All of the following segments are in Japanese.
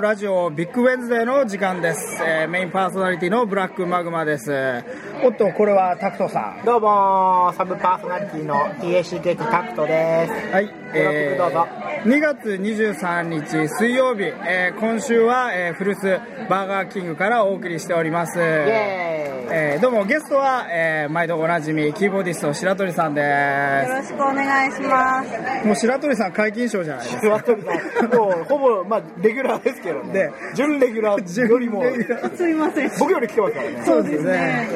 ラジオビッグウェンズデーの時間です、えーメインパーソナリティのブラックマグマですおっとこれはタクトさどうもーサブパーソナリティの TACK タクトですんはい、ブラックど2月23日水曜日、えー今週は、えー古巣バーガーキングからお送りしておりますイエーイえーどうもゲストは、えー毎度おなじみキーボーディスト白鳥さんでよろしくお願いします。すもう白鳥さん解禁賞じゃないですか座ってるともうほぼまあレギュラーですけどねで準レギュラーよりもすいません。僕より来てますからねそうですね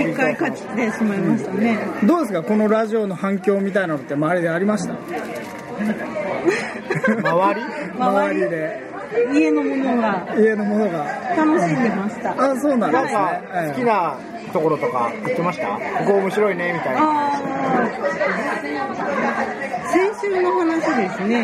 うん。一回勝ってしまいましたね。どうですかこのラジオの反響みたいなのって周りでありました周り周りで家のものが家のものが楽しんでました。ああそうなんでなんすか好きね、なところとか行ってましたここ面白いねみたいなあー。先週の話ですね。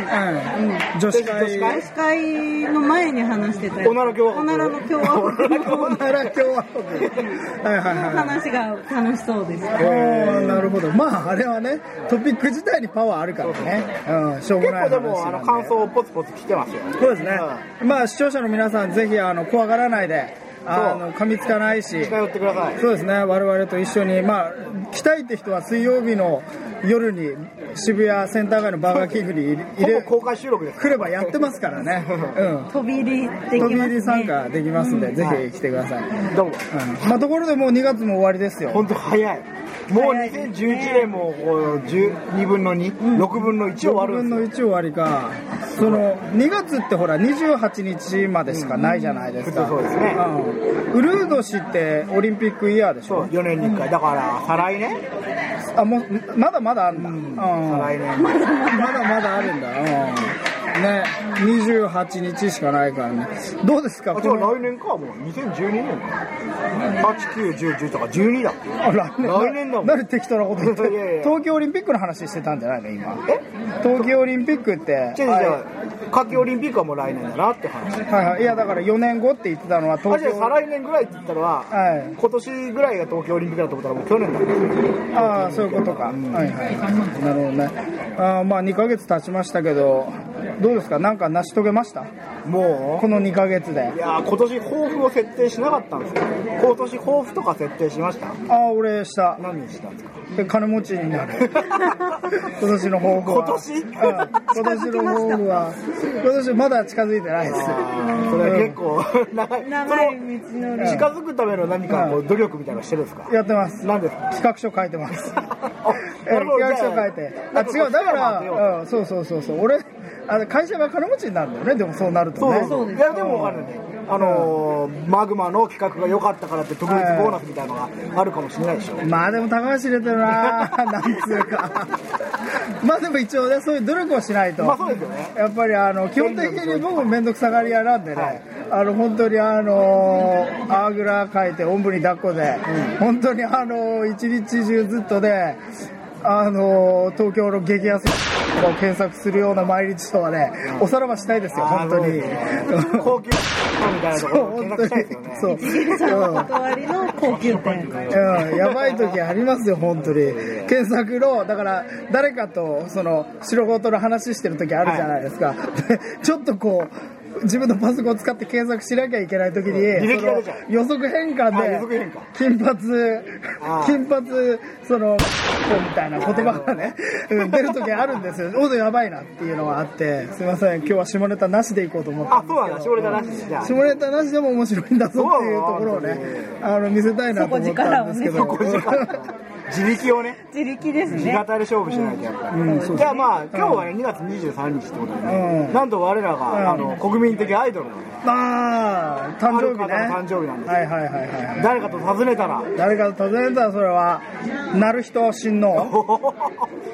うんうん、女子会女女子会の前に話してた。おなら共和国おならの共和国おのなら共和国はいはいはい話が楽しそうです。おーなるほどまああれはねトピック自体にパワーあるからねうんしょうも結ない話構でもあの感想をポツポツ来てますよそうですね、まあ視聴者の皆さんぜひあの怖がらないであの噛みつかないし近寄ってくださいそうですね我々と一緒に、まあ、来たいって人は水曜日の夜に渋谷センター街のバーガーキングに入ほぼれ公開収録です来ればやってますから ね、うん、飛び入りでき飛びま入りす参ね。加できますんで、ぜひ来てください、どうもうんまあ、ところでもう2月も終わりですよ本当早いもう早いですね2011年もこう12分の26分の1終わる分んので1終わりかその2月ってほら28日までしかないじゃないですか、うんそうですねうんウルード氏ってオリンピックイヤーでしすよょそう4年に1回だから再来年あもうまだまだあるんだ、うん再ま来年だまだあるんだ、うん、ね28日しかないからねどうですかあじゃあこの来年かもう2012年か8910とか12だってあ来年来年だもんななんで適当なこと言っていやいやいや東京オリンピックの話してたんじゃないの今え東京オリンピックってじゃあじゃあ夏季オリンピックはもう来年だなって話はいはい、いやだから4年後って言ってたのはあ東じゃあ京再来年ぐらいって言ったのははい今年ぐらいが東京オリンピックだと思ったらもう去年だああそういうことか、はいはいなるほどねあーまあ2ヶ月経ちましたけどどうですかなんか成し遂げましたもこの2ヶ月でういやー今年抱負を設定しなかったんですよ今年抱負とか設定しましたああ俺した何にしたんですか金持ちにな る今年の抱負は今年うん、今年の抱負は今年まだ近づいてないですそれ結構 長い長いそ道のりの。近づくための何かこう努力みたいなのしてるんですかやってます何ですか企画書書いてますえなる企ほど画書書いてあ違うだから、うん、そうそうそうそう俺あの会社が金持ちになるんだよねでもそうなるとそうねそうそうねいやでも分かんないねあのーマグマの企画が良かったからって特別ボーナスみたいなのがあるかもしれないでしょまあでも高橋入れてるな なんつうかまあでも一応ねそういう努力をしないと、まあそうですよねやっぱりあの基本的に僕面倒くさがり屋なんでね、あの本当にあのあぐらかいておんぶに抱っこで、本当にあの一日中ずっとで、あの東京の激安を検索するような毎日とはね、おさらばしたいですよ本当に。 高級みたいなところを見学したいですよねそう、 うん断りの高級店。うん、やばい時ありますよ、本当に。検索の、だから、誰かと、その、白ごとの話してる時あるじゃないですか。でちょっとこう、自分のパソコンを使って検索しなきゃいけない時に、履歴がそ出ちのゃう予測変換あで予測変換、金髪あ、ー金髪、その、みたいな言葉がね、うん出る時あるんですよ。おうやばいなっていうのがあって、すいません、今日は下ネタなしでいこうと思って。あそうなんだ絞れたらしいじゃあ下ネタなしでも面白いんだぞっていうところをねあの見せたいなと思ったんですけどそ5時間自力をね自力です日ね型。で勝負しないとやっぱり、うんそうじゃあまあ今日はね2月23日ってことでね、うんなんと我らが、うんあの国民的アイドルのねまあ誕生日ねある方の誕生日なんですよはいはいはいはい誰かと尋ねたら 誰かと尋ねたらそれは鳴人親王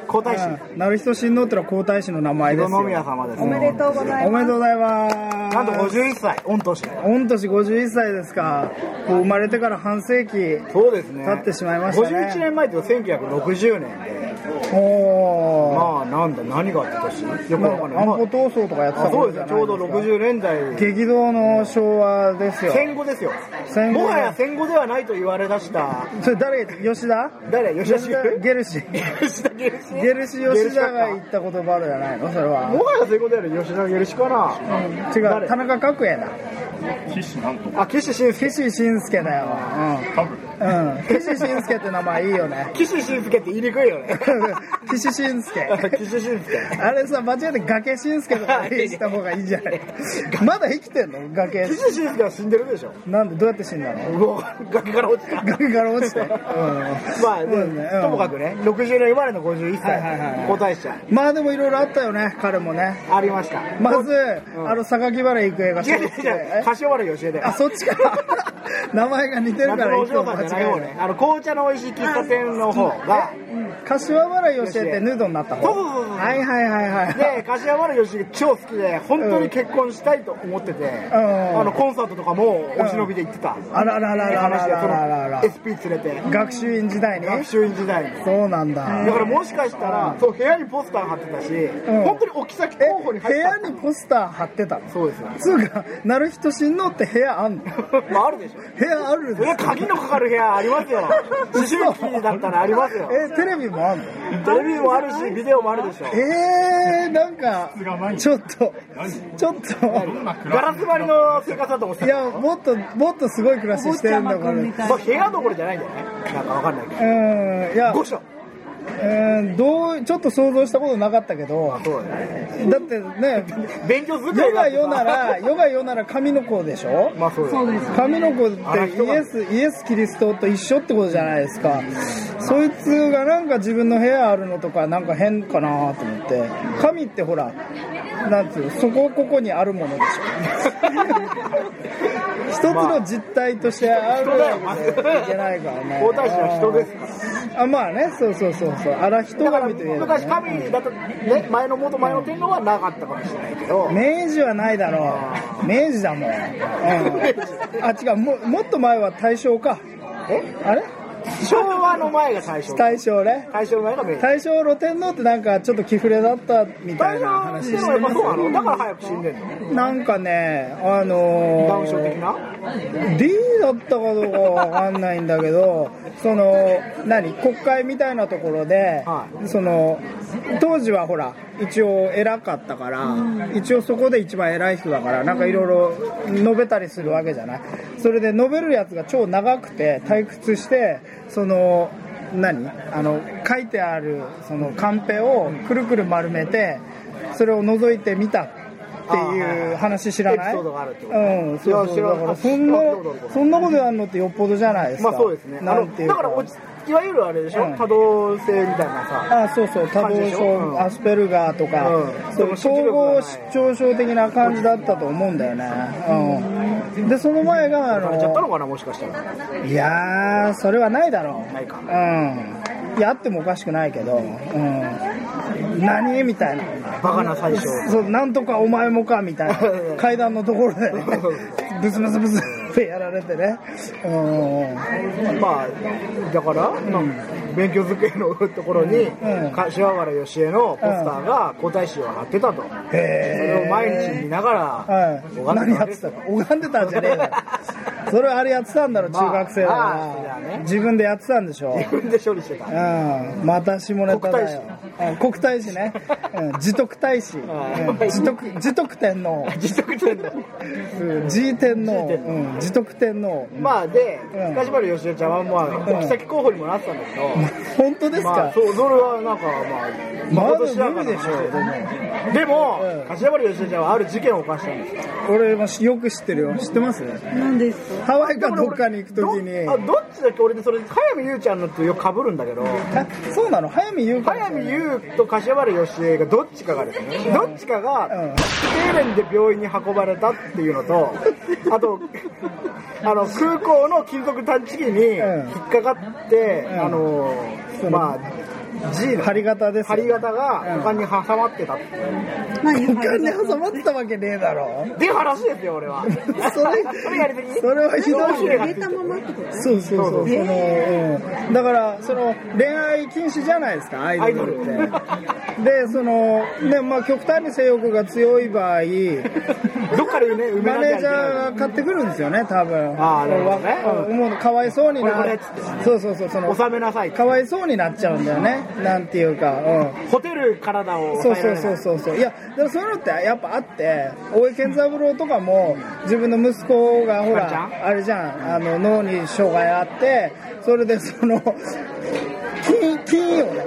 皇太子うん鳴人親王ってのは皇太子の名前ですよ江戸宮様ですおめでとうございおめまでとうございますなんと51歳御年だよ御年51歳ですかもう生まれてから半世紀そうですね経ってしまいましたね51年前っていうと1960年でおおまあななんだ何があった年よくまわかんなあ、い、安保ま闘争とかやってあ、あたそ頃うでじすゃなよいちょうど60年代激動の昭和ですよ戦後ですよ戦後もはや戦後ではないと言われだしたそれ誰吉田誰吉田吉茂田ゲルシ吉田ゲルシゲルシ吉田が言った言葉じゃないのそれはもはや戦後である吉田ゲルシかな違う誰田中角栄だ岸なんとかあ岸信介岸信介だよ多分うん、うん、岸信介って名前いいよね 岸信介って言いにくいよ ね岸信介岸信 介あれさ間違えて崖信介とかにした方がいいんじゃないまだ生きてんの崖岸信介は死んでるでしょなんでどうやって死んだのうお崖から落ちた崖から落ち て、うん、まあ、そうでだねうんともかくね、60年生まれの51歳、はいはいはい皇太子ちゃん、まあでもいろいろあったよね彼もねありました。まず、んあの榊原郁恵が違う違う違う、柏原芳恵で。あそっちか 名前が似てる夏からのおいつも嬢さん間じゃない違方えね。あの、紅茶の美味しい喫茶店の方が、ない柏原芳恵ってヌードになった方そうそうそうそうはいはいはいはいで、柏原芳恵が超好きで、本当に結婚したいと思ってて、んあの、コンサートとかもお忍びで行ってた。あらららってらら話らで、そらららの、SP 連れて、学習院時代に学習院時代に。そうなんだだからもしかしたら、そう、部屋にポスター貼ってたし、ん本当に置き先え候補に部入った屋。にポスター貼ってたのそうですよ。 つうか鳴人親王って部屋あんのまあ、あるでしょ。部屋あるそれは鍵のかかる部屋ありますよ。 思春期だったらありますよ。えテレビもあんのテレビもあるし、ビデオもあるでしょ。えー、なんか質がないちょっと何ちょっとガラス張りの生活だと思っいてた。やもっともっとすごい暮らししてるんだお坊ちゃまこれくうんんみいたいまあ、部屋どころじゃないんだよね。なんかわかんないけど。や御所。うんどうちょっと想像したことなかったけどそうだね。だってね勉強する世が世なら。世が世なら神の子でしょまあそうだそうよ。です。神の子っあらて人イがエスイエス・キリストと一緒ってことじゃないですかそいつがなんか自分の部屋あるのとかなんか変かなと思って神ってほらなんつうのそこここにあるも のでしょ一つの実体としてある人だよ、わまず。けじゃいけないからね皇太子は人ですから。あまあねそうそうそうそうあら人だから神といえば、昔ね、神だとね前の元前の天皇はなかったかもしれないけど明治はないだろう明治だもん、うん、あ違うももっと前は大正かえあれ昭和の前が最初大正ね大正の前が明治大正露天皇ってなんかちょっと気触れだったみた大い正なの話時し代はてますやっぱそうなのだから早く死んでんのなんかねあのダウン症ー、的な D だったかどうかわかんないんだけどその何国会みたいなところで、はその当時はほら一応偉かったから、一応そこで一番偉い人だからなんかいろいろ述べたりするわけじゃないそれで述べるやつが超長くて退屈してその何あの書いてあるそのカンペをくるくる丸めてそれを覗いてみたっていう話知らないエピソードがあるってことうん、そういやそう知らんだからあそんな知らんことだそんなことやんのってよっぽどじゃないですかまあそうですねあなのんていうだから落ちいわゆるあれでしょ、うん多動性みたいなさあそうそう多動感じでし症、ょうんアスペルガーとか、うんそういう統合失で調症的な感じだったと思うんだよね、うん、でその前があやられちゃったののかなもしかしたらいやーそれはないだろうないかうんいやあってもおかしくないけど、うん、何みたいなバカな最初そうなんとかお前もかみたいな 階段のところでねブスブスブスってやられてねうんまあだから、勉強机のところに、うん柏原芳恵のポスターが皇太子を貼ってたと、そへれえを毎日見ながら、はい、拝ん何でやたってたの拝んでたんじゃねえよそれはあれやってたんだろまあ中学生だから、ああそうだね自分でやってたんでしょ自分で処理してたうん、また下ネタだようん国大使ね、うん、自徳大使、はいうん自徳自徳天皇自宅でうん自天皇、自天皇うん、自徳天皇まあでうん柏原芳恵ちゃんはまあん置き先候補にもなってたんだけど、本当ですか、まあ、そうそれはなんかまあま誠だ知らん無か理らでしょでもでも、うん柏原芳恵ちゃんはある事件を犯したんですよ俺もよく知ってるよ知ってますなんですかハワイか どっかに行くときにどあどっちだっけ俺でそれ早見優ちゃんのってよくかぶるんだけどあそうなの早見優香早見優と柏原芳恵がどっちかがですねどっちかうんが経連で病院に運ばれたっていうのと あとあの空港の金属探知機にうん引っかかって、うんあのそのまあ G の針型ですよ針型が股間に挟まってたっていう何股間に挟まってたわけねえだろっていう話です よ俺はそ それやりすぎそれはひどいそよれ入れたままってことそうそうそうそうそうその、うんだからその恋愛禁止じゃないですかアイドルってアイドでそのねまあ極端に性欲が強い 場合どっかでね埋めマネーなきゃいけジャーなが買ってくるんですよね多分あーなるほどねわうんもうかわいそうにこなれこれっつっそうそうそうそのい収めなさいかわいそうになっちゃうんだよねなんていうかうんホテル体をそう抑えそうられないそうそうそういやだからそういうのってやっぱあって大江健三郎とかも自分の息子がほあれじゃらんあれじゃんあの脳に障害あってそれでその金金をね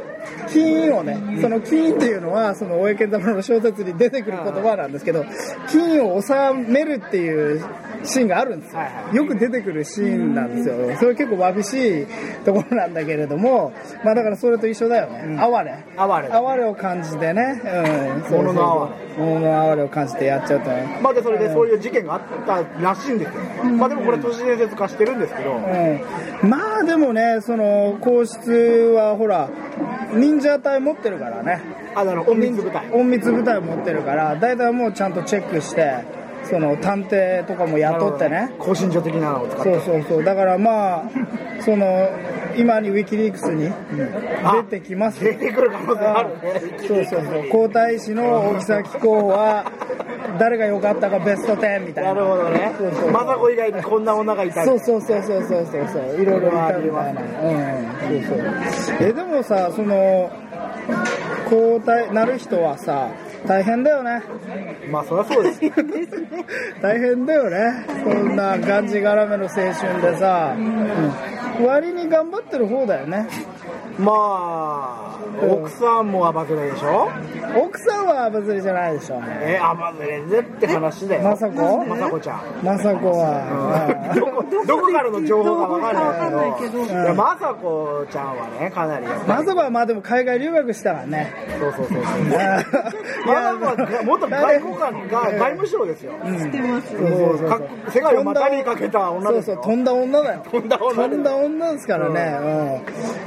金をねその金っていうのはその大江健三郎の小説に出てくる言葉なんですけど金を収めるっていうシーンがあるんですよはいはよく出てくるシーンなんですよそれ結構わびしいところなんだけれどもまあだからそれと一緒だよね哀れ哀れ哀れを感じてね、うん、物の哀れ物の哀れを感じてやっちゃうとねまあでそれでそういう事件があったらしいんですよ、まあでもこれ都市伝説化してるんですけど、うん、まあでもねその皇室はほら忍者隊持ってるからねあの隠密部隊隠密部隊持ってるから大体もうちゃんとチェックしてその探偵とかも雇ってね更新所的なのを使っそてうそうそうだからまあその今にウィキリークスにあ出てきますよ出てくる可能性あるねそうそうそう皇太子の大木崎候補は誰が良かったかベスト10みたい ななるほどねそうそう政子以外にこんな女がいたそうそうそうそうそうそうそういろいろいたみたいなうんそうそうえでもさその交代なる人はさ大変だよね まあそりゃそうですよ大変だよねこんながんじがらめの青春でさ、うん、割に頑張ってる方だよねまあ奥さんも暴けないでしょ奥さんは別にじゃないでしょえ甘ずれぜって話だよ政子政子ちゃん雅子うんは どこどこからの情報かわかんないけど情報かわかんないけどいや雅子ちゃんはねかなりやっぱ雅子はまあでも海外留学したからね そうそうそうそういや雅子は元外交官が外務省ですよ知ってます。もう各国世界を股にかけた女そうです そうよ飛んだ女だよ飛んだ女飛んだ女ですからね、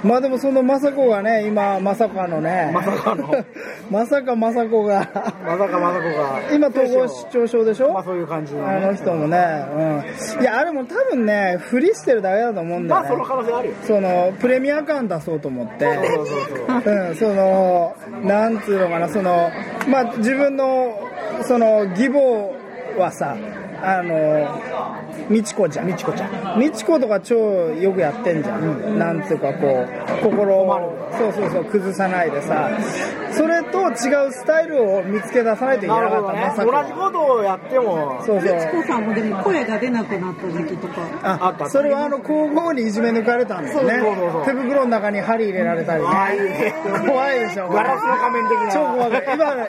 うんまあでもその雅子がね今まさかのねま さかのまさか雅子がまさかまさこが今統合失調症でしょ、まあそういう感じあの人もね、うん、いやあれも多分ねふりしてるだけだと思うんだまよね、あその可能性あるよそのプレミア感出そうと思ってそうそうそううん、そのなんつうのかなそのまあ自分のその義母はさあの美智子じゃんみちこちゃん美智子とか超よくやってんじゃん、なんつうかこう心をそうそうそう崩さないでさそれと違うスタイルを見つけ出さないといけななるかほっどた、ねまさ同じかことをやってもそうそうみちこさんもでも声が出なくなった時期とか。ああったそれはあの皇后にいじめ抜かれたんだよねそうそうそう手袋の中に針入れられたりねあいいね怖いでしょガラスの仮面的な超怖くて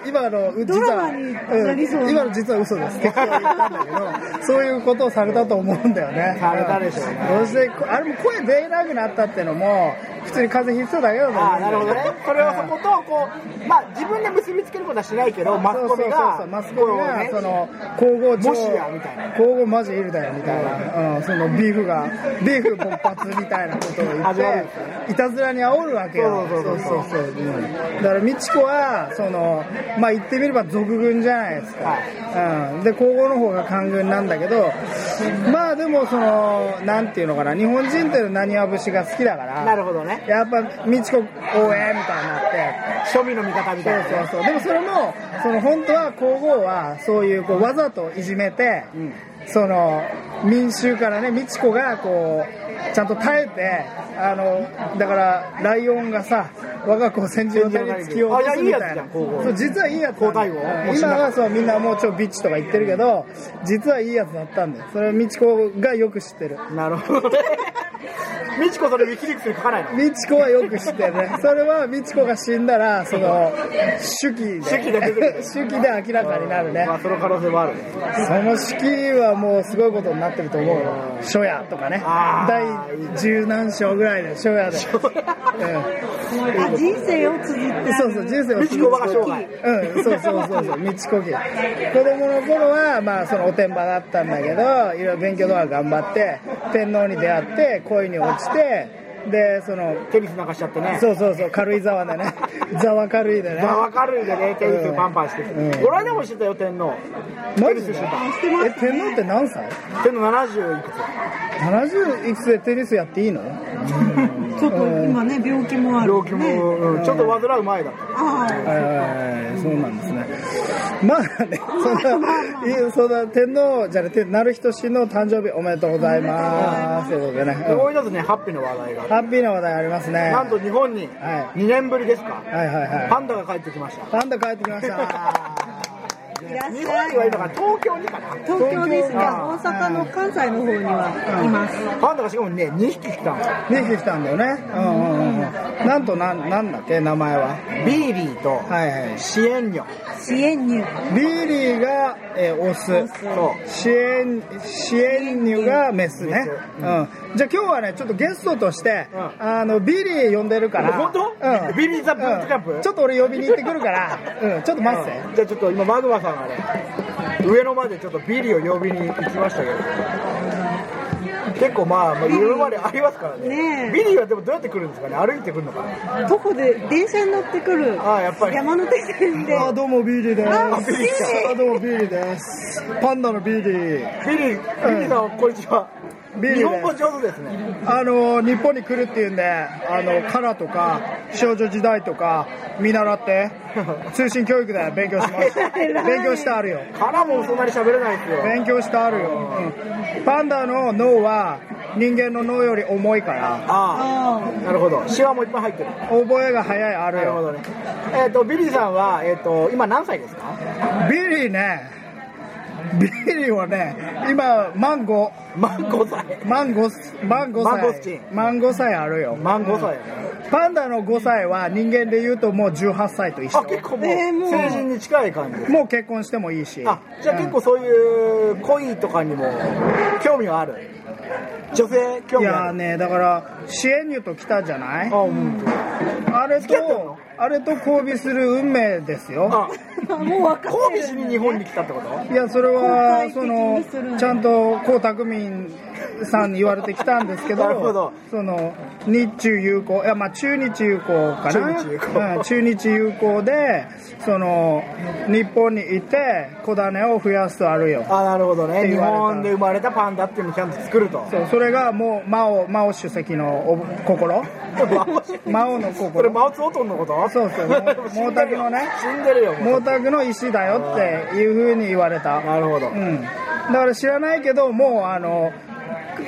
今の今の実ドラは、マになりそうな今の実は嘘です結構言ったんだけどそういうことをされたと思うんだよねされたでしょうねうんそしてこあれも声出なくなったってのも普通に風邪ひいてただけだと思あうあんなだるよほどねそれはそことこうまあ自分で結びつけることはしないけどマスコそうそミがうそうそうマスコミが、こうねその皇后もしやみたいな皇后マジいるだよみたいな、うん、そのビーフがビーフ勃発みたいなことを言っ味わうてんですいたずらに煽るわけよそうそうそうそうそううんだから美智子はそのまあ言ってみれば俗軍じゃないですか、うん、で皇后の方が官軍なんだけどまあでもそのなんていうのかな日本人っていうのは何わ節が好きだからなるほどねやっぱ美智子応援みたいになって庶民の味方みそうたいなそうそうでもそれもその本当は皇后はそういうこうわざといじめて、その民衆からね美智子がこうちゃんと耐えてあのだからライオンがさ我が子を戦時の手に突き落とすみたあいやいいやついじゃなん皇后そう実はいいやつなんだよ皇太后うん今はそうみんなもうちょビッチとか言ってるけど実はいいやつだったんだよそれは美智子がよく知ってるなるほどねみちこそれウィキリクスに書かないの美智子はよく知って るねそれは美智子が死んだらその手記で手記で出てくる 手記で明らかになるねまあその可能性もあるねその式はもうすごいことになってると思うよ初夜とかねあー第十何章ぐらいで初夜で、うんあ人生を綴ってある。そうそう人生をみちこ我が生涯うん、そうそうそうそう、みちこき。子供の頃は、まあ、そのおてんばだったんだけど、いろいろ勉強とか頑張って、天皇に出会って、恋に落ちて、でそのテニスなんかしちゃってねそうそうそう軽井沢でね ざわ軽いでねまあわかるんでねテニスパンパンしてうんこの間もしてたよ天皇マテニジスでしてえ天皇って何歳た天皇70いくつ ?70 いくつでテニスやっていいのちょっと今ね、病気もある、ね。病気も、うんちょっと患う前だったああ。えーそうなんですね。まあね、そんな、いいそんな天皇じゃなくて、なるひとしの誕生日おめでとうございます。ということでね、うん思い出すねハッピーの話題がハッピーな話題ありますね。なはんと日本には2年ぶりですか、いはいはパンダが帰ってきましたい。パンダ帰ってきました。いらっ日し本ゃにはいいる。から東京にかな東京ですが、あ大阪の関西の方にはいます。パンダがしかもね2匹来たんですよ出てきたんだよね。うんうんうんうん。なんとなん、なんだっけ、名前は。ビーリーとはいはい。シエンニョ支援入。ビーリーが、えーオス。と支援、支援乳がメスね。うん。じゃあ今日はね、ちょっとゲストとして、うあの、ビリー呼んでるから。本当うん。ビリーザブートキャンプうんちょっと俺呼びに行ってくる から、うん、ちょっと待って。じゃあちょっと今マグマさんがね上野までちょっとビリーを呼びに行きましたけど結構まあ、まあ、ビリー夜までありますからねねえビリーはでもどうやって来るんですかね歩いて来るのかな徒歩で電車に乗ってくる。ああやっぱり山手線で。あどうもビリーです。あビリーちあどうもビリーです。パンダのビリー。ビリービリーさんこんにちはビリーです日本語上手ですねあの日本に来るっていうんで、あのカラとか少女時代とか見習 って通信教育で勉強します。勉強してあるよ。からもそんなに喋れないですよ勉強してあるよ、うんパンダの脳は人間の脳より重いからあああなるほどシワもいっぱい入ってる覚えが早いあるなるほよどねえっ、とビリーさんは、えっと今何歳ですかビリーねビリーはね今マンゴマン5歳ーマンゴスマンゴ歳マンゴスチンマンゴ歳あるよマン5歳だねパンダの5歳は人間で言うともう18歳と一あ緒結構もうえーもう成人に近い感じもう結婚してもいいしあじゃあ結構そういう恋とかにも興味はある女性興い味やあーるねだから支援乳と来たじゃないあうんあれ付き合ってんとのあれと交尾する運命ですよああ。もう分かって交尾しる。に日本に来たってこといやそれはその公開的にするんだちゃんと江沢民さんに言われてきたんですけどなるほどその日中友好いやまあ中日友好かな中日友好うん中日友好でその日本にいて子種を増やすとあるよあなるほどってね日言われた本で生まれたパンダっていうのをちゃんと作るとそうそれがもうマオマオ主席のお心マオのこれ心マウツオトンのことそうそうもう死んでるよ毛沢のね死んでるよもう毛沢の石だよっていうふうに言われたなるほどうん、だから知らないけどもうあの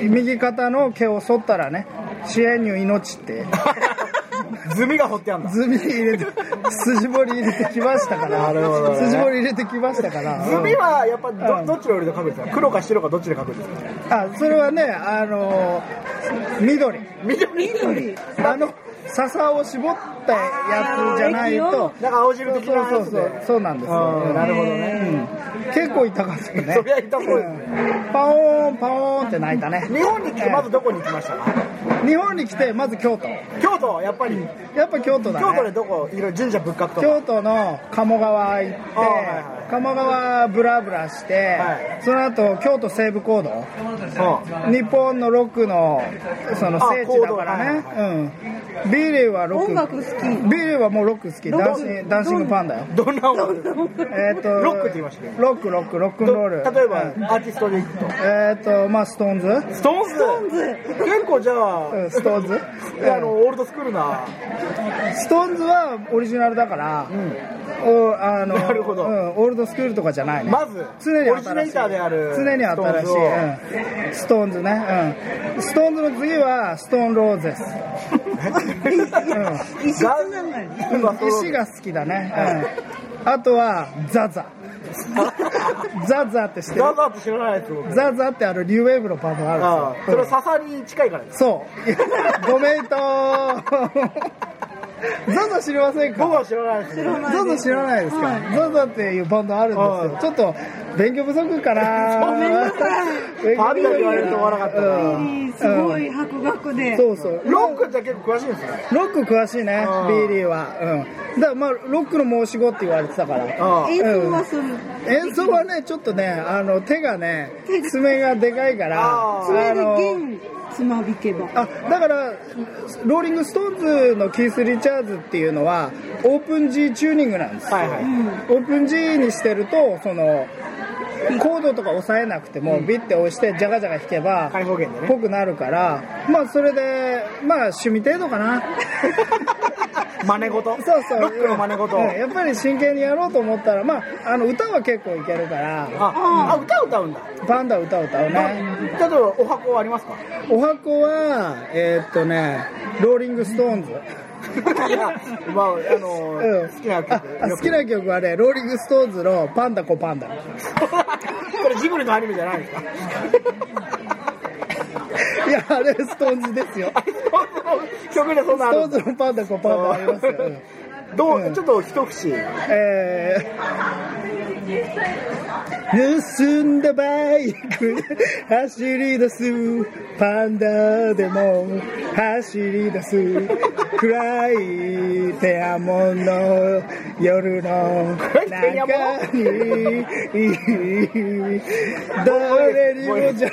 右肩の毛を剃ったらね支援乳命って ズミが掘ってあんだズミ入れて筋彫り入れてきましたからなるほどね筋彫り入れてきましたからズミはやっぱうどんどっちの色で書くんですか黒か白かどっちで書くんですかあそれはねあの緑緑 緑。あの笹を絞ったやつじゃないとなんか青汁そう的そうなそやうつそでうそうなんですよ、あーなるほどねうん結構痛かったよねそりゃ痛そうですねうんパオーンパオーンって泣いたね日本に来てまずどこに行きましたか日本に来てまず京都京都やっぱりやっぱ京都だね京都でどこいろいろ神社仏閣とか京都の鴨川行って、あはいはい鴨川ブラブラして、はその後京都西部高度そう日本のロックのそのあ聖地だからね高うんビーリーはロック音楽好きビーリーはもうロック好きロッダンクシンダンシングパンだよどんな音楽えー、とロックって言いましたねロックロックロックンロール例えばうんアーティストでいくとえっ、とまあストーンズ、ストーンズ結構じゃあ、うん、ストーンズ、いやあのオールドスクールなストーンズはオリジナルだから、おあのなるほどうん、オールドスクールとかじゃないねまず常にオリジネ新しいーターである常に新しいうんストーンズね、うん、ストーンズの次はストーンローゼス、石つながり。うん石が好きだね、うん、あとはザ ザザザって知ってるザーザーって知らないですもんザザってあのリューウェーブのパートがああるんですそよれは笹に近いからですそう。ごめんと ザザ知りません僕かは知らないですらないザザ知らないですか、ザザっていうバンドあるんですよ。ちょっと勉強不足かなごめんなさい。勉強パ不足かなンダに言われると笑わなかったなうんいいすごい博学で。そうそう。ロックじゃ結構詳しいんですよロック詳しいね、うんビーリーは。うん。だからまあ、ロックの申し子って言われてたから。あ演奏はする。演奏はね、ちょっとね、あの、手がね、爪がでかいから、あーそれでの弦、つまびけば。あだからローリング・ストーンズのキース・リチャーズっていうのはオープン G チューニングなんですよ、はいはいオープン G にしてるとそのコードとか押さえなくてもビッて押してジャガジャガ弾けば開放弦でねぽくなるからまあそれでまあ趣味程度かな真似事 そうそうロックの真似事、うんやっぱり真剣にやろうと思ったらまああの歌は結構いけるからああ歌歌うんだパンダ歌歌うねちょっとお箱ありますかお箱はえーっとねローリング・ストーンズいや、まあ、あの、うん好きなあ曲。あ好きな曲はね、ローリング・ストーンズのパンダコパンダ。これジブリの アニメじゃないですか。いや、あれ、ストーンズですよ。曲でそんスなあトーンるんだズのパンダコパンダありますよ。うんどうんう、ちょっと一節。えー、盗んだバイク、走り出す。パンダでも、走り出す。暗い天安門の夜の中に、誰にもじゃ、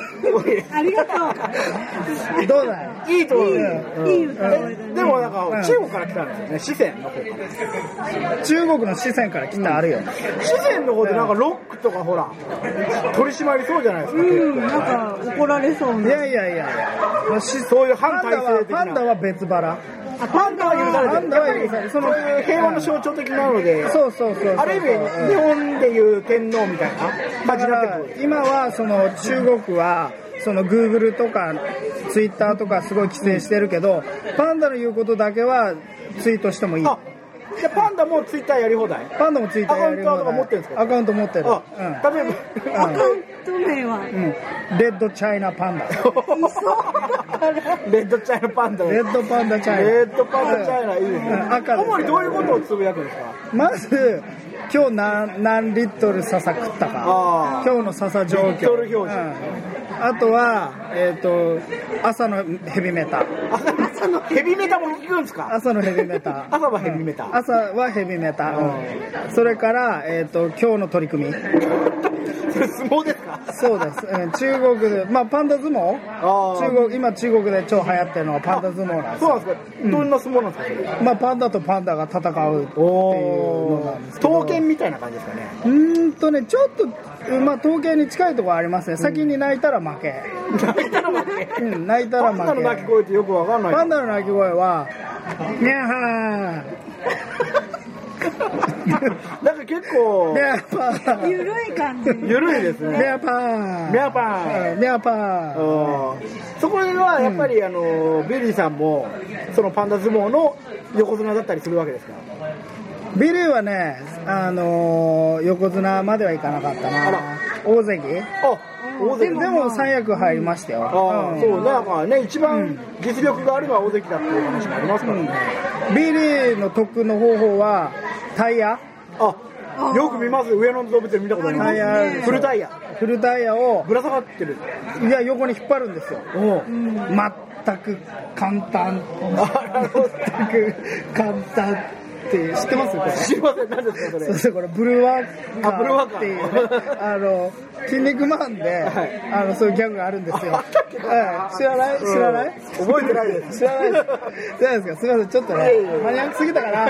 ありがとどうだいいいと思うう。いい歌声だね。でもなんかうん中国から来たんですよね、四川の方から。中国の四川から来たあるよ、四川の方でなんかロックとかほら、取り締まりそうじゃないですか。うん、なんか怒られそういな。やいやいやいやまあしそういう反体制的なパンダはパンダは別腹あパンダは許されてパンダはる。やっぱりそそのの平和の象徴的なので、そうそうそうそうある意味日本でいう天皇みたいなだ感じかになってらくる。今はその中国はそのグーグルとかツイッターとかすごい規制してるけどパンダの言うことだけはツイートしてもいいあ、じゃあパンダもツイッターやり放題パンダもツイッターやるようアカウントとか持ってるんですかアカウント持ってるあ、例えば、アカウント名は。うん、うん、レッドチャイナパンダレッドチャイナパンダ。レッドパンダチャイナレッドパンダチャイナいいですうねん。赤です主にどういうことをつぶやくんですかまず今日何何リットル笹食ったかあー今日の笹状況リットル表示うんあとは、えっと朝のヘビメタ朝のヘビメタも聞くんですか朝のヘビメタ 朝はヘビメタうん朝はヘビメタ、うんそれから、えっと今日の取り組みそれ相撲ですかそうです、うん中国で、まあ、パンダ相撲あー中国今中国で超流行ってるのはパンダ相撲なんですそうよなんですかどんな相撲なんですかそれまあ、パンダとパンダが戦うっていうのなんですけど刀剣みたいな感じですかねうーんとね、ちょっと、うんまあ、統計に近いところありますね、先に泣いたら負け、うん、泣いたパらン負ダのけ、鳴き声ってよくわかんないパンダの鳴き声は、にゃはなんか結ー、構にゃはー、ゆるい感じ。ゆるいですにねゃぱー、ミャーパンうんにゃぱー、うんそこはやっぱり、あのビリーさんもそのパンダ相撲の横綱だったりするわけですかビリーはね、あのー横綱まではいかなかったあなら、大関、あ大で関でも三役入りましたよ。あうんあそうだからね一番実力があるのは大関だっていう話もありますからね、ビリーの特訓の方法はタイヤあよく見ます上野の動物園見たことありまタイヤあるすでしょフルタイヤフルタイヤをぶら下がってるいや横に引っ張るんですよおお全く簡単あ全く簡単って知ってますこれ知りません何ですかそそうれそうこれブルワーカあブルワーーカーっていう、ね、 あの筋肉マンで、はいあのそういうギャグがあるんですよ、はい、知らない知らない、うん覚えてないです知らないです知らないですかすみませんちょっとねいやいやいやマニアックすぎたかな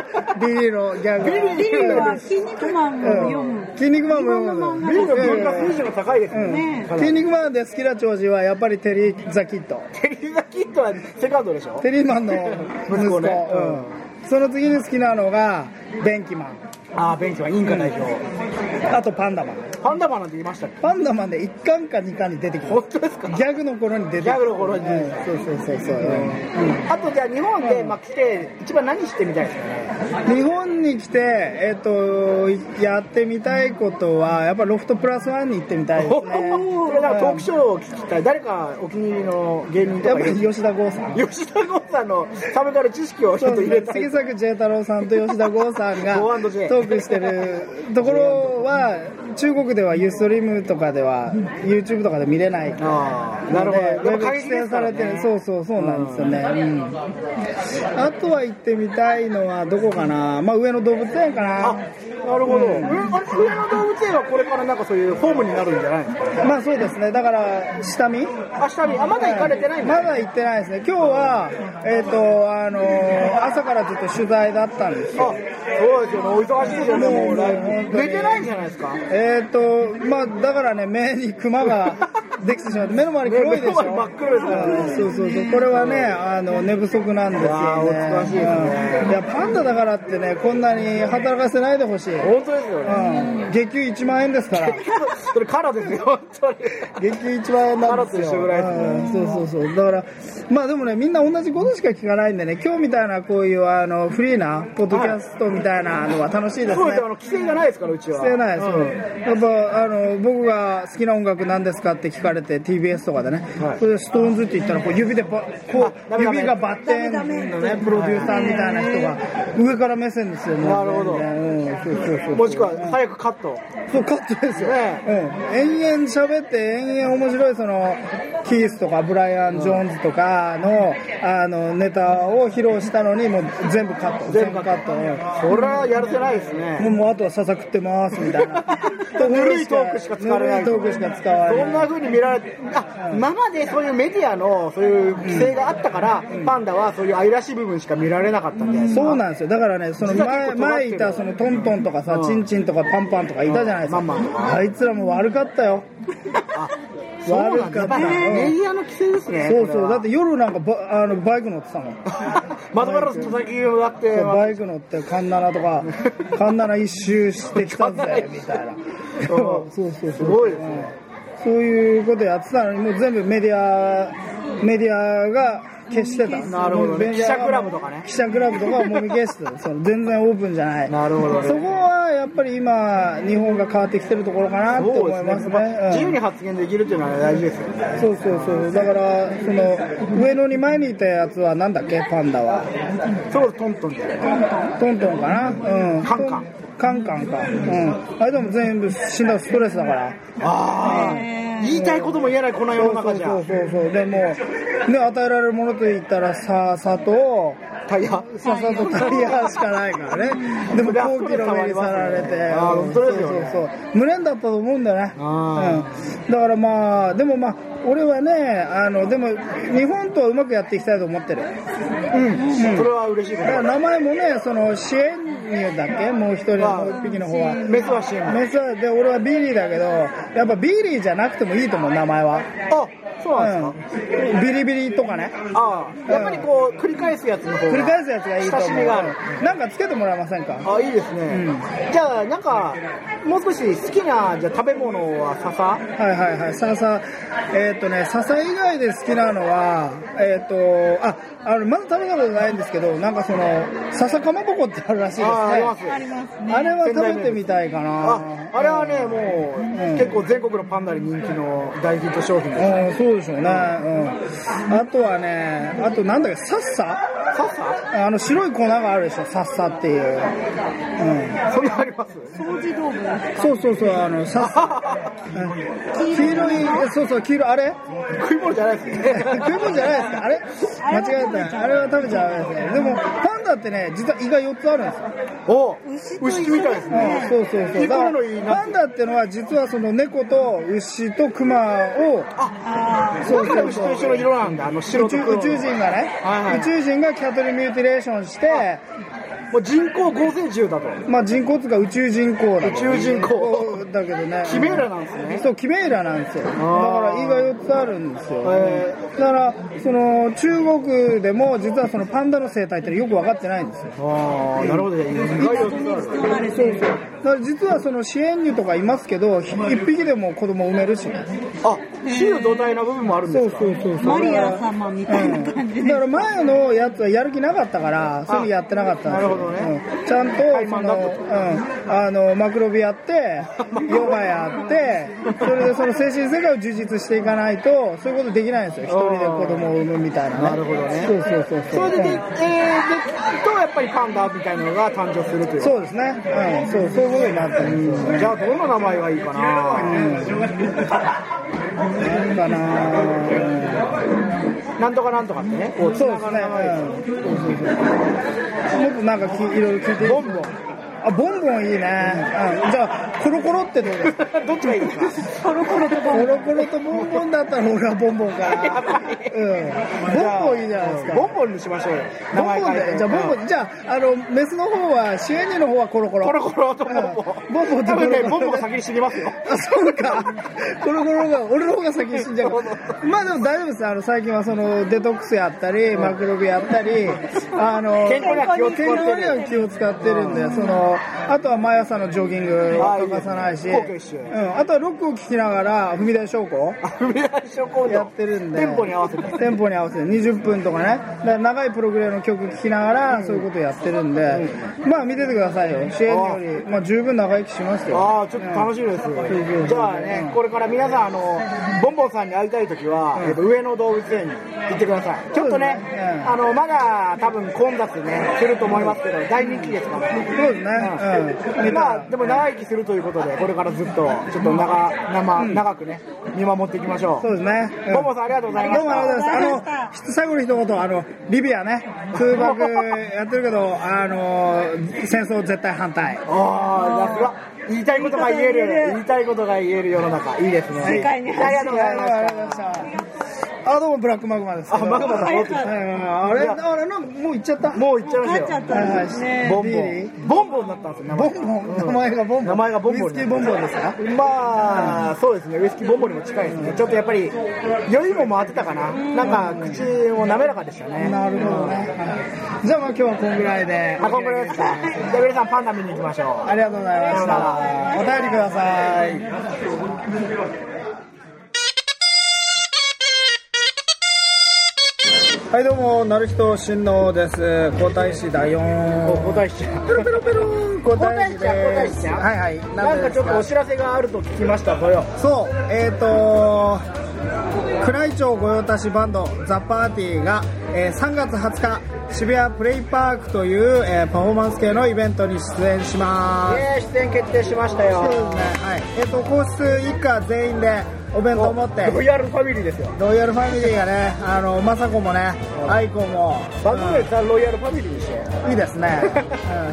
ビリーのギャグビビリーは筋肉マンを読む。筋肉マンも読む日本の漫画ビリーの文化水準が高いですね、ね筋肉マンで好きな長寿はやっぱりテリー・ザ・キッドテリーザキッドはセカンドでしょテリーマンの息 息子子ねうんその次に好きなのがベンキマンああベンチはインカ代表、あとパンダマンパンダマンなんて言いましたっけパンダマンで1巻か2巻に出てきます本当ですかギャグの頃に出てきギャグの頃にうんそうそうそうそう、あとじゃあ日本で、まあ、来て一番何してみたいですかね日本に来て、えっとやってみたいことはやっぱロフトプラスワンに行ってみたいですねそれだからトークショーを聞きたい誰かお気に入りの芸人とやっかぱりいる吉田剛さん吉田剛さんのサブカル知識をちそょっうとです入れね、たい杉作 J 太郎さんと吉田剛さんがト Go&J ークしてるところは中国ではユーストリームとかでは YouTube とかで見れないのでああなるほどやっぱやっ規ぱ会議で制すさかられてるねそうそうそうなんですよね、うんあとは行ってみたいのはどこかな、まあ、上の動物園かあななるほど、うん、あれ上野動物園はこれからなんかそういうホームになるんじゃないのまあそうですねだから下見明日にあまだ行かれてないんだ、まだ行ってないですね今日はえっ、とあのー朝からずっと取材だったんですあそうですよねお忙しいですよねもうライ本ブ当に寝てないんじゃないですかえっ、とまあだからね目にクマ ができてしまって目の周り黒いでしょ目の周り真っ黒ですからねそうそうそうこれはねあの寝不足なんですわあよおね疲れしいですねうんいやパンダだからってねこんなに働かせないでほしい、う本当ですよね、ん、月給1万円ですから それからですよ本当 に月給1万円なんですカラよスと一緒ぐらいですねうんそうそうそうだからまあでもねみんな同じことしか聞かないんでね今日みたいなこういうあのフリーなポッドキャストみたいなのは楽しいですそうでねすよあの規制がないですからうちはしてないです、うそうんやっぱあの僕が好きな音楽なんですかって聞かれて TBS とかでね、はいそれでストーンズって言ったらこう指でばこあダうメダメ指がバッテンのねプロデューサーみたいな人が上から目線ですよねなるほどうん、そうそうそうもしくは早くカットそうカットですよ、ねうん、延々喋って延々面白いそのキースとかブライアン・ジョーンズとかのあのネタを披露したのにもう全部カット全部カッ全部カット、それはやるせないですねうんもうあとは笹食ってますみたい なぬるいトークしか使われないぬるいトークしか使われそないんな風に見られて、あ、今までそういうメディアのそういう規制があったから、パンダはそういう愛らしい部分しか見られなかったんじゃないですか。そうなんですよだからねその実は前結構尖って前るいたそのトントンとかさ、うんチンチンとかパンパンとかいたじゃないですか、うんマンマンとあいつらも悪かったよあ、そうなんですやっぱり悪かったメディアの規制ですね。。そうそうだってて夜なんかバあのバイク乗ってたもん窓ガラス叩きをやって、バイク乗ってカンナナとかカンナナ一周してきたぜみたいな そそううそうそうすごいですねうんそういうことやってたのにもう全部メディアメディアが消してたなるほどねメディアが記者クラブとかね記者クラブとかはもみ消してたその全然オープンじゃないなるほどねそこはやっぱり今日本が変わってきてるところかなってそ思うでいすまねすまあ。ね自う由んに発言できるっていうのは大事ですよね。そうそうそうだからその上野に前にいたやつはなんだっけパンダはそうトントンで。トントンかな、うん、カンカンカンカンか、うん、あれでも全部死んだらストレスだからああ、言いたいことも言えないこの世の中じゃそう。そうそうそうでもね与えられるものといったらささとタイヤ。ささとタイヤしかないからねでもそりゃ飛行機の上にさられそうですてよあーうん本当ですそよねうそうそう無念だったと思うんだよね、あうん、だからまあでもまあ俺はねあのでも日本とはうまくやっていきたいと思ってるうん。それは嬉しいこだからと。名前もねその支援乳だっけもう一人あもう一匹の方はメスは CM。メスはで俺はビーリーだけどやっぱビーリーじゃなくてもいいと思う名前は、あ、そうなんですか。うん、ビリビリとかねああ、やっぱりこう、繰り返すやつの方が。繰り返すやつがいいと親思しうみがある。なんかつけてもらえませんかあ、いいですね。じゃあ、なんか、もう少し好きな、じゃあ食べ物は笹はいはいはい笹えーっ、とね笹以外で好きなのはえーっ、とああのまだ食べたことないんですけどなんかその笹かまぼこってあるらしいですねあ、あります。ありますね。あれは食べてみたいかなあ、あれはね、もう、ん結構全国のパンダに人気の大ヒット商品です。うんそうでしょうね、うん、あとはねあとなんだっけサッサ笹あの白い粉があるでしょサッサっていう、うん、そんなあります掃除道具ですそうそうそう、あの、さ 黄色い、そうそう、黄色、あれ食い物じゃないですね。 食い物じゃないですかあれ間違えた。あれは食べちゃダメですね。でも、パンダってね、実は胃が4つあるんですよ。お牛と一緒牛みたいですね。うんそうそうそう。イコールの胃なんですよパンダってのは、実はその猫と牛と熊を、あそだうからそうそ牛とう一緒の色なんだ、あの白宇と宙黒の。宇宙人がね、はいはい宇宙人がキャトルミューティレーションして、もう人口5010だと。まあ人口っていうか宇宙人口だけど宇宙人口だけどね。キメラなんですね。そう、キメイラなんですよ。だかあーら胃が4つあるんですよ。へだから、その、中国でも実はそのパンダの生態ってよく分かってないんですよ。ああ、なるほど。意外と伝わる。生まれそうそう。だから実はその支援乳とかいますけど、ひ一匹でも子供産めるしね。あ、死の土台な部分もあるんですかうそうマリア様みたいな感じでだから前のやつはやる気なかったから、そういうのやってなかったんですよなるほどねうんちゃんと、怠そ慢だの、ったとうん、あの、マクロビやって、 ヨガやって、それでその精神世界を充実していかないと、そういうことできないんですよ。一人で子供を産むみたいなね。なるほどねそうそうそうそそう。れで、でえうんー、で、と、やっぱりパンダみたいなのが誕生するという。そうですね。うん、そう、そういうことになってるんですよ。じゃあ、どの名前がいいかな。うん。なんかなぁ。なんとかなんとかってね、こう、つそうなでがすね、らないうんもっとなんかきいろいろ聞いていいボンボン。あボンボンいいね、うん、じゃあコロコロってどうですかどっちがいいですかコロコロとコボンロコロとボンボンだったら俺はボンボンかなやうばん、ボンボンいいじゃないですかボンボンにしましょうよ。ボンボン変えでてじゃあボンボンでじゃああのメスの方はシエニの方はコロコロコロコロとボンうんボン。ボンボンと多コロ分ね、コロボンボンが先に死にますよ。あそうかコロコロが俺の方が先に死んじゃうそうそうまあでも大丈夫ですあの最近はそのデトックスやったりマクロビやった りあの健康には気を使って健る康には気を使ってるんでそのあとは毎朝のジョギングああい欠いでかすさないし皇居一周うん、あとはロックを聴きながら踏み台昇降踏み出しをこ うやってるんでテンポに合わせて。テンポに合わせて20分とかねだから長いプログレの曲聴きながらそういうことやってるんで、まあ見ててくださいよ支援より、まあ、十分長生きしますよああ、ちょっと楽しみですんう。んじゃあうんね、これから皆さん、あの、ボンボンさんに会いたいときは、やっぱ上野動物園に行ってください。ちょっとねそうですね、うんあの、まだ多分混雑ね、すると思いますけど、大人気ですから。そうですね、うんまあ、でも長生きするということで、これからずっと、ちょっと長、生、長くね、見守っていきましょそうう。ですね。ボンボンさんありがとうございましたどうもありがとうございます。あの、ひと最後に一言、あの、リビアね、空爆やってるけど、あの、戦争絶対反対。ああ、さすが。言いたいことが言える。言いたいことが言える世の中。いいですね。世界にありがとうございまありがとうごしざた。いました。あ、どうもブラックマグマです。あ、マグマさん戻ってうんきた。あれ、あれの、もう行っちゃった。もう行っちゃいまし帰ったちゃよっ。たんですねボンボリリン。ボンボンだったんですよ、名ボ前ンボン、名前がボンボン。名前がボンボンウイスキーボンボンですかまあ、そうですね、ウイスキーボンボンにも近いですね。ちょっとやっぱり、酔いも回ってたかな。なんか、口も滑らかでしたね。なるほどね。はいじゃあまあ今日はこんぐらいで。あ、こんぐらいですか。じゃあ皆さんパンダ見に行きましょう。ありがとうございましさよた。お便りください。はいどうも、なるひとしんのうです。皇太子だよおー。答えしちゃうペロペロペローン。皇皇太太子子ちゃん皇で太子す。ちゃんはいはい。 なんかちょっとおと知らせがあると聞きました、それを。そう、えっ、ー、と宮内庁御用達バンドザ・パーティーが、えー3月20日渋谷プレイパークという、えーパフォーマンス系のイベントに出演します。えー、出演決定しましたよ。そうですね。はい。えっ、と、皇室一家全員でお弁当を持って、ロイヤルファミリーですよ。ロイヤルファミリーがね、あの、雅子もね、愛子も、番組でさ、ロイヤルファミリーにして。うんいいですね。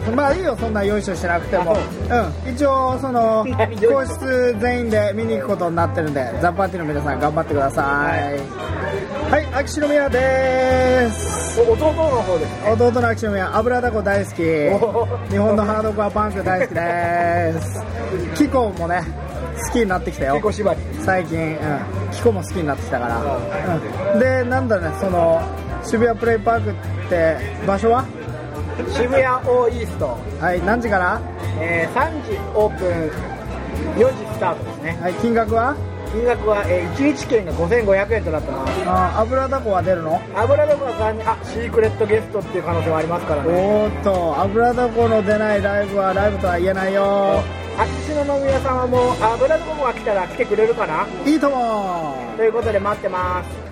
うん、まあいいよ、そんな用意しょしなくても。うん。一応、その、何用皇意し室全員で見に行くことになってるんで、ザ・パーティーの皆さん頑張ってください。はい、秋篠宮です。お弟の方です。弟の秋篠宮、油だこ大好き。お日本のハードコアパンク大好きです。キコもね、好きになってきたよ。結構縛り。最近、うん、キコも好きになってきたから、うん、でなんだろうねその渋谷プレイパークって場所は渋谷オーイースト、はい何時からえー3時オープン、4時スタートですね。はい金額は金額は、えー1日券が5500円となってます。あー油だこは出るの油では残念、あ、シークレットゲストっていう可能性もありますからね。おーっと油だこの出ないライブはライブとは言えないよ秋篠宮さんはもう油でもが来たら来てくれるかないいともということで待ってます。